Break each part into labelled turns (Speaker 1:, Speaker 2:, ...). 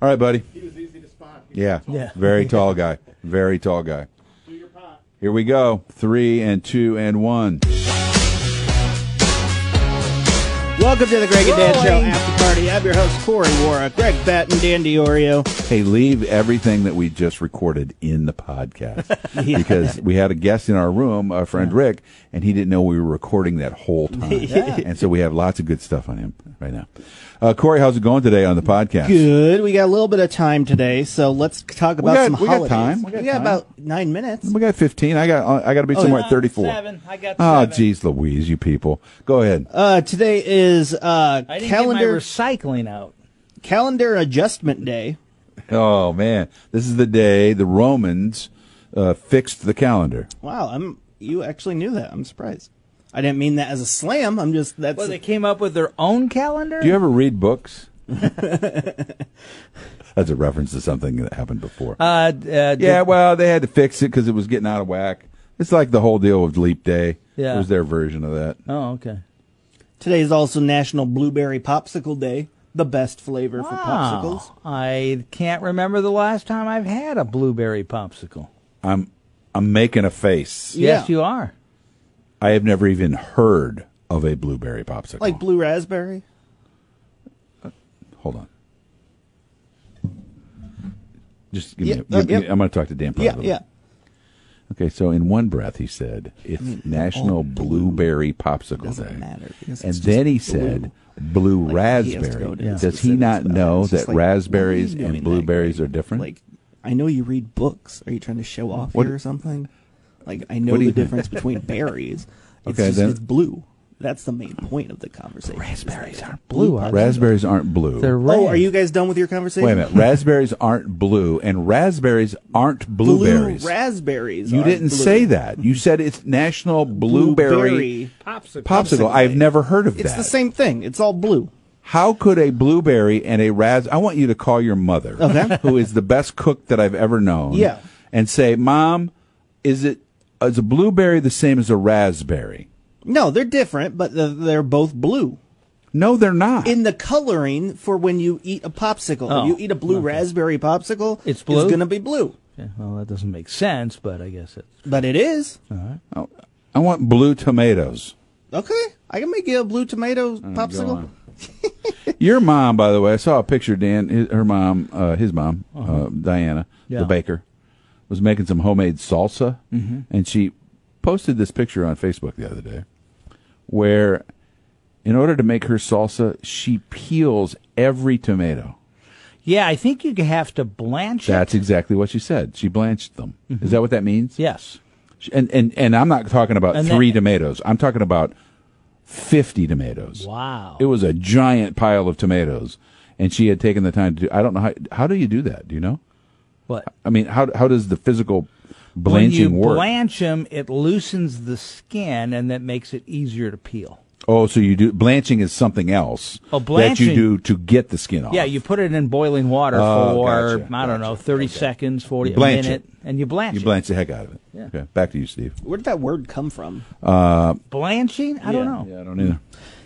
Speaker 1: All right, buddy.
Speaker 2: He was easy to spot. He was
Speaker 1: Yeah.
Speaker 2: tall.
Speaker 3: Yeah.
Speaker 1: Very tall guy. Very tall guy.
Speaker 2: Do your pot.
Speaker 1: Here we go. Three and two and one.
Speaker 3: Welcome to the Greg and Dan Show
Speaker 1: Rolling.
Speaker 3: After Party. I'm your host, Corey Wara, Greg Batten, Dan Oreo.
Speaker 1: Hey, leave everything that we just recorded in the podcast because we had a guest in our room, our friend Rick, and he didn't know we were recording that whole time. And so we have lots of good stuff on him right now. Uh, Corey, how's it going today on the podcast?
Speaker 3: Good. We got a little bit of time today, so let's talk about
Speaker 1: got-
Speaker 3: some
Speaker 1: we got
Speaker 3: holidays.
Speaker 1: time. We
Speaker 3: We
Speaker 1: got
Speaker 3: got,
Speaker 1: time.
Speaker 3: about nine minutes.
Speaker 1: We got 15. I got uh, I got to be somewhere at 34.
Speaker 4: Oh, Seven. I got
Speaker 1: Oh,
Speaker 4: seven.
Speaker 1: geez, Louise, you people. Go ahead.
Speaker 3: Uh, today is uh,
Speaker 4: I didn't get my
Speaker 3: calendar
Speaker 4: recycling out.
Speaker 3: calendar adjustment day.
Speaker 1: Oh man, this is the day the Romans uh, fixed the calendar.
Speaker 3: Wow, I'm you actually knew that. I'm surprised. I didn't mean that as a slam. I'm just that's
Speaker 4: Well, they came up with their own calendar.
Speaker 1: Do you ever read books? That's a reference to something that happened before.
Speaker 4: uh, uh, did-
Speaker 1: yeah, well, they had to fix it because it was getting out of whack. It's like the whole deal with Leap Day.
Speaker 4: Yeah.
Speaker 1: it was their version of that.
Speaker 4: oh, okay.
Speaker 3: today is also National Blueberry Popsicle Day, the best flavor for popsicles.
Speaker 1: Ah.
Speaker 4: Wow. I can't remember the last time I've had a blueberry popsicle.
Speaker 1: I'm I'm making a face.
Speaker 3: Yeah.
Speaker 4: Yes, you are.
Speaker 1: I have never even heard of a blueberry popsicle.
Speaker 3: Like blue raspberry.
Speaker 1: Hold on. Just give me.
Speaker 3: Yeah,
Speaker 1: A, give
Speaker 3: uh,
Speaker 1: me-
Speaker 3: yeah.
Speaker 1: I'm going to talk to Dan.
Speaker 3: Yeah,
Speaker 1: privately.
Speaker 3: yeah.
Speaker 1: Okay, so in one breath he said, "It's
Speaker 3: Mm.
Speaker 1: National Blueberry Popsicle
Speaker 3: Oh, Doesn't
Speaker 1: Day,"
Speaker 3: matter, because
Speaker 1: and
Speaker 3: it's
Speaker 1: then
Speaker 3: just
Speaker 1: he said, "Blue
Speaker 3: Like, he has to
Speaker 1: raspberry."
Speaker 3: go to
Speaker 1: Does he
Speaker 3: specifics
Speaker 1: not
Speaker 3: about it.
Speaker 1: know
Speaker 3: It's just
Speaker 1: that
Speaker 3: like,
Speaker 1: raspberries
Speaker 3: why are you
Speaker 1: and
Speaker 3: doing
Speaker 1: blueberries
Speaker 3: that,
Speaker 1: are
Speaker 3: Greg?
Speaker 1: different?
Speaker 3: Like, I know you read books. Are you trying to show off
Speaker 1: What-
Speaker 3: here or something? Like, I know
Speaker 1: What do
Speaker 3: the
Speaker 1: you-
Speaker 3: difference between berries. It's
Speaker 1: Okay,
Speaker 3: just
Speaker 1: then-
Speaker 3: it's blue. That's the main point of the conversation.
Speaker 4: Raspberries aren't blue, are they?
Speaker 1: raspberries aren't blue.
Speaker 4: They're red.
Speaker 3: Oh, are you guys done with your conversation?
Speaker 1: Wait a minute. raspberries aren't blue, and raspberries aren't
Speaker 3: Blue
Speaker 1: blueberries.
Speaker 3: raspberries.
Speaker 1: you
Speaker 3: are
Speaker 1: didn't
Speaker 3: blue.
Speaker 1: say that. You said it's National Blueberry,
Speaker 3: Blueberry
Speaker 1: Popsicle.
Speaker 3: Popsicle
Speaker 1: I've
Speaker 3: Day.
Speaker 1: never heard of
Speaker 3: It's
Speaker 1: that.
Speaker 3: the same thing. It's all blue.
Speaker 1: How could a blueberry and a ras? I want you to call your mother,
Speaker 3: Okay.
Speaker 1: who is the best cook that I've ever known.
Speaker 3: Yeah.
Speaker 1: and say, Mom, is it is a blueberry the same as a raspberry?
Speaker 3: No, they're different, but the- they're both blue.
Speaker 1: No, they're not.
Speaker 3: In the coloring for when you eat a popsicle,
Speaker 4: Oh,
Speaker 3: you eat a blue raspberry popsicle,
Speaker 4: It's blue?
Speaker 3: going to be blue.
Speaker 4: Yeah, well, that doesn't make sense, but I guess it's
Speaker 3: But it is.
Speaker 1: Oh, I want blue tomatoes.
Speaker 3: Okay, I can make you a blue tomato
Speaker 4: Oh,
Speaker 1: go
Speaker 3: popsicle.
Speaker 1: on. Your mom, by the way, I saw a picture. Dan, his, her mom, uh, his mom, uh Diana,
Speaker 4: Uh-huh. Yeah. Mm-hmm.
Speaker 1: the baker, was making some homemade salsa, and she posted this picture on Facebook the other day, where, in order to make her salsa, she peels every tomato.
Speaker 4: yeah. I think you have to blanch
Speaker 1: That's exactly what she said. She blanched them. Is that what that means?
Speaker 4: it. Mm-hmm. Yes.
Speaker 1: She- And and and I'm not talking about
Speaker 4: And
Speaker 1: three
Speaker 4: that-
Speaker 1: tomatoes. I'm talking about fifty tomatoes.
Speaker 4: Wow.
Speaker 1: It was a giant pile of tomatoes, and she had taken the time to do. I don't know how. How do you do that? Do you know?
Speaker 4: what?
Speaker 1: I mean, how how does the physical
Speaker 4: When you
Speaker 1: blanching work?
Speaker 4: blanch them, it loosens the skin, and that makes it easier to peel.
Speaker 1: oh, so you do blanching is something else
Speaker 4: Oh,
Speaker 1: that you
Speaker 4: blanching-
Speaker 1: do to get the skin off.
Speaker 4: Yeah, you put it in boiling water
Speaker 1: Oh,
Speaker 4: for
Speaker 1: gotcha,
Speaker 4: I don't know,
Speaker 1: gotcha,
Speaker 4: thirty
Speaker 1: okay.
Speaker 4: seconds, forty
Speaker 1: You blanch
Speaker 4: a minute,
Speaker 1: it.
Speaker 4: and you blanch.
Speaker 1: you
Speaker 4: it.
Speaker 1: blanch the heck out of it. Okay, back to you, Steve.
Speaker 3: Where did that word come from?
Speaker 4: Blanching? I don't know.
Speaker 1: Yeah, I don't either.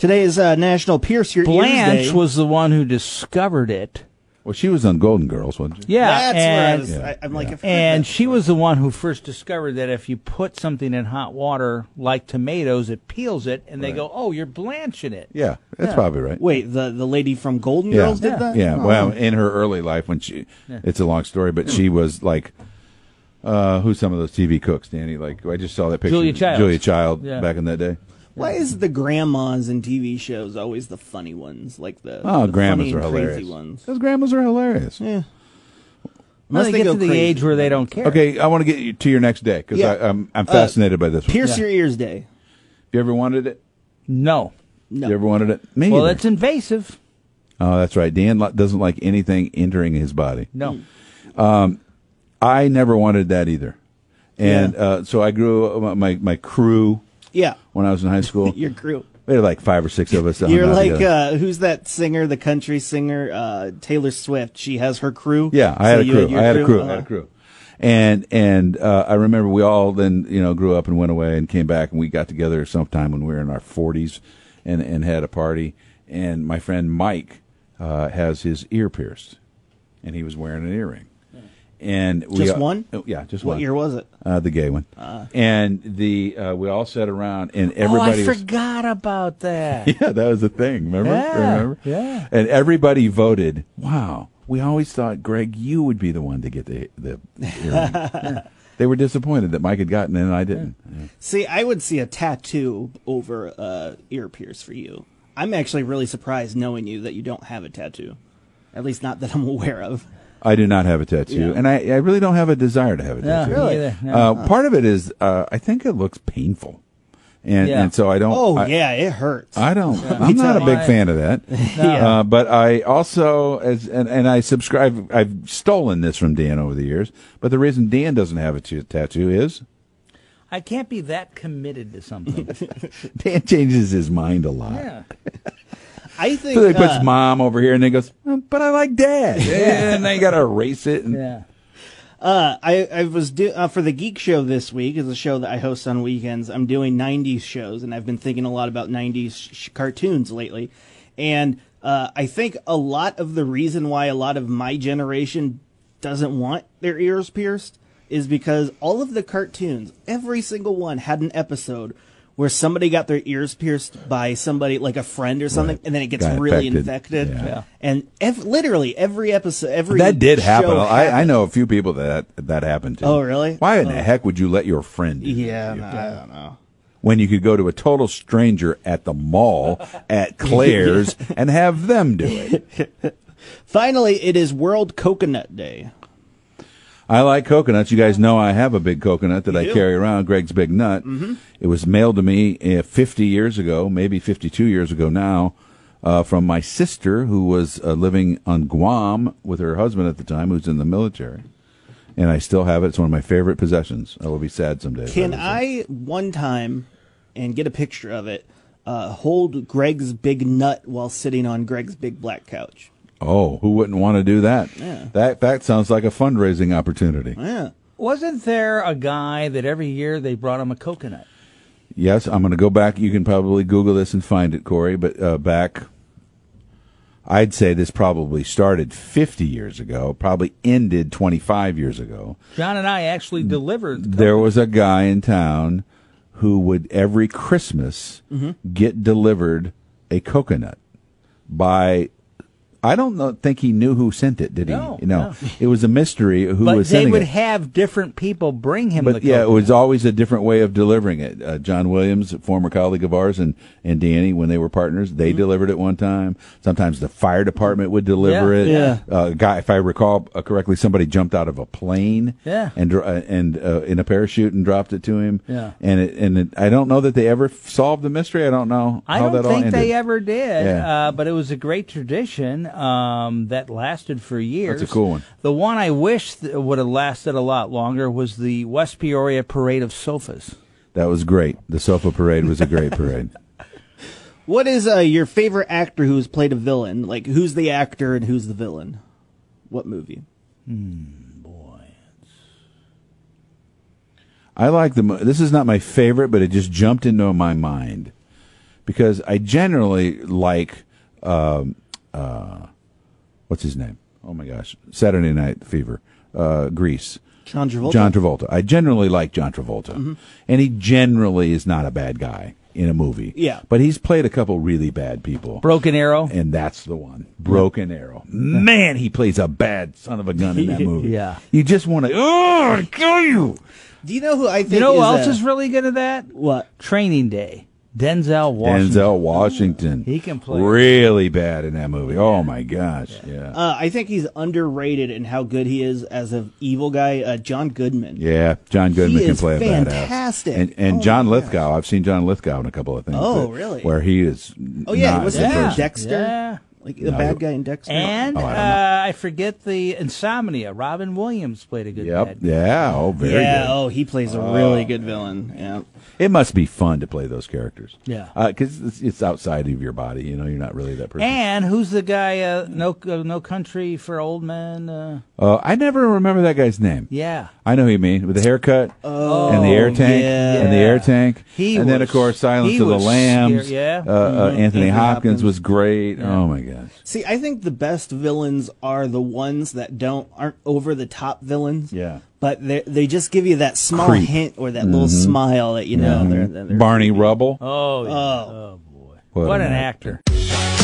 Speaker 3: Today is uh, National Pierce Your Ears
Speaker 4: Blanche
Speaker 3: Day.
Speaker 4: was the one who discovered it.
Speaker 1: Well, she was on Golden Girls, wasn't she?
Speaker 4: Yeah,
Speaker 3: That's where I
Speaker 4: and,
Speaker 3: was. I, I'm like, I've heard
Speaker 4: and
Speaker 3: that.
Speaker 4: she was the one who first discovered that if you put something in hot water like tomatoes, it peels it, and they go, "Oh, you're blanching it."
Speaker 1: Yeah, that's probably right.
Speaker 3: Wait, the the lady from Golden
Speaker 1: yeah.
Speaker 3: Girls did
Speaker 1: yeah.
Speaker 3: that.
Speaker 1: Yeah.
Speaker 3: Oh.
Speaker 1: Well, in her early life, when she, it's a long story, but she was like, uh, who's some of those TV cooks, Danny? Like, I just saw that picture.
Speaker 4: Julia
Speaker 1: of
Speaker 4: Childs.
Speaker 1: Julia Child
Speaker 4: Yeah.
Speaker 1: back in that day.
Speaker 3: why is the grandmas in TV shows always the funny ones, like the
Speaker 1: Oh,
Speaker 3: the
Speaker 1: grandmas
Speaker 3: funny
Speaker 1: are
Speaker 3: and crazy
Speaker 1: hilarious.
Speaker 3: ones?
Speaker 1: Those grandmas are hilarious.
Speaker 3: Yeah.
Speaker 4: Unless
Speaker 3: Unless
Speaker 4: they,
Speaker 3: they
Speaker 4: get
Speaker 3: go
Speaker 4: to the
Speaker 3: crazy.
Speaker 4: age where they don't care.
Speaker 1: Okay, I want to get you to your next day because
Speaker 3: Yeah. Uh,
Speaker 1: I'm I'm fascinated by this. One.
Speaker 3: Pierce Your Ears Day.
Speaker 1: You ever wanted it?
Speaker 4: No.
Speaker 3: No.
Speaker 1: You ever wanted it? Me.
Speaker 4: Well,
Speaker 1: either.
Speaker 4: it's invasive.
Speaker 1: oh, that's right. Dan li- doesn't like anything entering his body.
Speaker 4: No.
Speaker 1: I never wanted that either, and
Speaker 3: Yeah.
Speaker 1: uh, so I grew my- my my crew
Speaker 3: yeah.
Speaker 1: when I was in high school.
Speaker 3: Your crew.
Speaker 1: we had like five or six of us. that hung
Speaker 3: You're
Speaker 1: out
Speaker 3: like
Speaker 1: together.
Speaker 3: uh, who's that singer, the country singer, uh, Taylor Swift. She has her crew.
Speaker 1: Yeah, I
Speaker 3: So
Speaker 1: had a
Speaker 3: you
Speaker 1: crew.
Speaker 3: your
Speaker 1: I had a crew. I had a
Speaker 3: Uh-huh.
Speaker 1: crew. And and uh, I remember we all then you know grew up and went away and came back and we got together sometime when we were in our forties, and and had a party. And my friend Mike uh, has his ear pierced, and he was wearing an earring. And we
Speaker 3: Hmm. Just
Speaker 1: uh,
Speaker 3: one? Ah.
Speaker 1: oh, yeah, just
Speaker 3: What
Speaker 1: one.
Speaker 3: year was it?
Speaker 1: Uh, the gay one. and the uh, we all sat around and everybody.
Speaker 4: oh, I
Speaker 1: was-
Speaker 4: forgot about that.
Speaker 1: yeah, that was the thing. Remember?
Speaker 4: Yeah,
Speaker 1: Remember?
Speaker 4: yeah.
Speaker 1: And everybody voted. Wow. We always thought Greg, you would be the one to get the the. earring. Yeah. They were disappointed that Mike had gotten it and I didn't. Yeah.
Speaker 3: See, I would see a tattoo over a ear pierce for you. I'm actually really surprised knowing you that you don't have a tattoo. At least not that I'm aware of.
Speaker 1: I do not have a tattoo,
Speaker 3: Yeah.
Speaker 1: and I, I really don't have a desire to have a tattoo.
Speaker 4: really? Neither, no.
Speaker 1: Uh, Part of it is uh, I think it looks painful, and
Speaker 4: Yeah.
Speaker 1: and so I don't.
Speaker 3: Oh
Speaker 1: I,
Speaker 3: yeah, it hurts.
Speaker 1: I don't. I'm not a big
Speaker 4: I-
Speaker 1: fan of that.
Speaker 3: Yeah.
Speaker 1: Uh, but I also, as and, and I subscribe. I've stolen this from Dan over the years. But the reason Dan doesn't have a t- tattoo is
Speaker 4: I can't be that committed to something.
Speaker 1: Dan changes his mind a lot.
Speaker 4: yeah.
Speaker 1: So
Speaker 3: I think
Speaker 1: they puts
Speaker 3: uh,
Speaker 1: mom over here, and then goes, "Mm, "But I like dad." Yeah. and they got to erase it. And,
Speaker 4: Yeah.
Speaker 3: Uh, I, I was do uh, for the geek show this week is a show that I host on weekends. I'm doing '90s shows, and I've been thinking a lot about '90s sh- cartoons lately. And uh, I think a lot of the reason why a lot of my generation doesn't want their ears pierced is because all of the cartoons, every single one, had an episode where somebody got their ears pierced by somebody like a friend or something,
Speaker 1: Right.
Speaker 3: and then it gets
Speaker 1: Got
Speaker 3: really
Speaker 1: infected. Yeah.
Speaker 3: infected.
Speaker 4: Yeah.
Speaker 3: And ev- literally every episode, every
Speaker 1: That did
Speaker 3: show
Speaker 1: happen. I, I
Speaker 3: happened.
Speaker 1: know a few people that that happened to.
Speaker 3: Oh, really?
Speaker 1: Why in the heck would you let your friend? do that
Speaker 3: Yeah,
Speaker 1: to you?
Speaker 3: no, I don't know.
Speaker 1: when you could go to a total stranger at the mall at Claire's and have them do it.
Speaker 3: Finally, it is World Coconut Day.
Speaker 1: I like coconuts. You guys know I have a big coconut that I
Speaker 3: do? Mm-hmm.
Speaker 1: carry around, Greg's Big Nut. It was mailed to me uh, 50 years ago, maybe 52 years ago now, uh, from my sister who was uh, living on Guam with her husband at the time, who's in the military. And I still have it. It's one of my favorite possessions. I will be sad someday. if
Speaker 3: Can
Speaker 1: lose it.
Speaker 3: I one time and get a picture of it? Uh, hold Greg's big nut while sitting on Greg's big black couch.
Speaker 1: Oh, who wouldn't want to do that? That that sounds like a fundraising opportunity.
Speaker 3: Yeah.
Speaker 4: Wasn't there a guy that every year they brought him a coconut?
Speaker 1: Yes, I'm going to go back. You can probably Google this and find it, Corey. But uh, back, I'd say this probably started 50 years ago, probably ended 25 years ago.
Speaker 4: John and I actually delivered. the
Speaker 1: There was a guy in town who would every Christmas
Speaker 4: Mm-hmm.
Speaker 1: get delivered a coconut by. I don't know, think he knew who sent it. Did he?
Speaker 4: No, no.
Speaker 1: it was a mystery who
Speaker 4: but
Speaker 1: was
Speaker 4: they
Speaker 1: sending
Speaker 4: would
Speaker 1: it.
Speaker 4: have different people bring him
Speaker 1: But
Speaker 4: the
Speaker 1: yeah, it
Speaker 4: coconut.
Speaker 1: was always a different way of delivering it. Uh, John Williams, a former colleague of ours, and, and Danny, when they were partners, they
Speaker 4: Mm-hmm.
Speaker 1: delivered it one time. Sometimes the fire department would deliver
Speaker 4: Yeah.
Speaker 1: it.
Speaker 3: Yeah.
Speaker 1: Uh, guy, if I recall uh, correctly, somebody jumped out of a plane.
Speaker 4: Yeah.
Speaker 1: And dro- uh, and uh, in a parachute and dropped it to him.
Speaker 4: Yeah.
Speaker 1: And it, and it, I don't know that they ever f- solved the mystery. I don't know
Speaker 4: I
Speaker 1: how
Speaker 4: don't
Speaker 1: that
Speaker 4: think
Speaker 1: all ended.
Speaker 4: they ever did,
Speaker 1: Yeah.
Speaker 4: uh, but it was a great tradition um, that lasted for years.
Speaker 1: cool one.
Speaker 4: The one I wish th- would have lasted a lot longer was the West Peoria Parade of Sofas.
Speaker 1: that was great. The sofa parade was a great parade.
Speaker 3: What is uh, your favorite actor who's played a villain? Like, who's the actor and who's the villain? What movie?
Speaker 1: I like the. mo- This is not my favorite, but it just jumped into my mind because I generally like. Um, uh, what's his name? Oh my gosh, Saturday Night Fever, uh, Grease.
Speaker 3: John Travolta. Mm-hmm.
Speaker 1: John Travolta. I generally like John Travolta, and he generally is not a bad guy in a movie.
Speaker 3: Yeah.
Speaker 1: but he's played a couple really bad people.
Speaker 4: Broken Arrow.
Speaker 1: and that's the one, Broken Arrow. Man, he plays a bad son of a gun in that movie.
Speaker 4: Yeah.
Speaker 1: you just want to, oh, kill you.
Speaker 3: Do you know who I think?
Speaker 4: you know who else
Speaker 3: uh,
Speaker 4: is really good at that?
Speaker 3: what?
Speaker 4: Training Day. Denzel Washington.
Speaker 1: Denzel Washington.
Speaker 4: He can play.
Speaker 1: really bad in that movie. Oh my gosh. Yeah. Yeah,
Speaker 3: Uh, I think he's underrated in how good he is as an evil guy. Uh, John Goodman.
Speaker 1: John Goodman
Speaker 3: He
Speaker 1: can
Speaker 3: is
Speaker 1: play a
Speaker 3: fantastic.
Speaker 1: badass. And and
Speaker 3: Oh
Speaker 1: John
Speaker 3: my
Speaker 1: Lithgow. I've seen John Lithgow in a couple of things.
Speaker 3: Oh,
Speaker 1: that-
Speaker 3: really?
Speaker 1: Where he is.
Speaker 3: Oh yeah,
Speaker 1: not
Speaker 3: was
Speaker 1: a
Speaker 3: he
Speaker 1: good
Speaker 4: Yeah.
Speaker 3: in
Speaker 1: person.
Speaker 3: Dexter?
Speaker 4: Yeah.
Speaker 3: Like the bad guy in Dexter.
Speaker 4: And
Speaker 1: Oh, I don't
Speaker 4: uh, I forget the Insomnia. Robin Williams played a good
Speaker 1: Yep.
Speaker 4: bad guy.
Speaker 1: Yeah. Oh, very
Speaker 3: yeah.
Speaker 1: good.
Speaker 3: Oh, he plays a really good villain. Yeah.
Speaker 1: It must be fun to play those characters.
Speaker 4: Yeah.
Speaker 1: Because it's, it's outside of your body. You know, you're not really that person.
Speaker 4: And who's the guy? Uh, no, uh, no country for old men. Uh,
Speaker 1: uh, I never remember that guy's name.
Speaker 4: yeah.
Speaker 1: I know who you mean with the haircut and the air tank
Speaker 3: yeah.
Speaker 1: and the air tank,
Speaker 4: Oh, He
Speaker 1: and then of
Speaker 4: was-
Speaker 1: course Silence
Speaker 4: he
Speaker 1: of the
Speaker 4: was
Speaker 1: Lambs.
Speaker 4: scary, yeah. Mm-hmm.
Speaker 1: uh, uh, Anthony, Hopkins,
Speaker 3: Hopkins.
Speaker 1: was great. Oh my gosh, is.
Speaker 3: See, I think the best villains are the ones that don't aren't over the top villains.
Speaker 1: Yeah.
Speaker 3: But they they just give you that small
Speaker 1: Creep. Mm-hmm.
Speaker 3: hint or that little smile that you know they're, they're
Speaker 4: Uh,
Speaker 1: Barney Rubble.
Speaker 4: Oh, yeah. oh, boy. What,
Speaker 1: an
Speaker 4: an actor.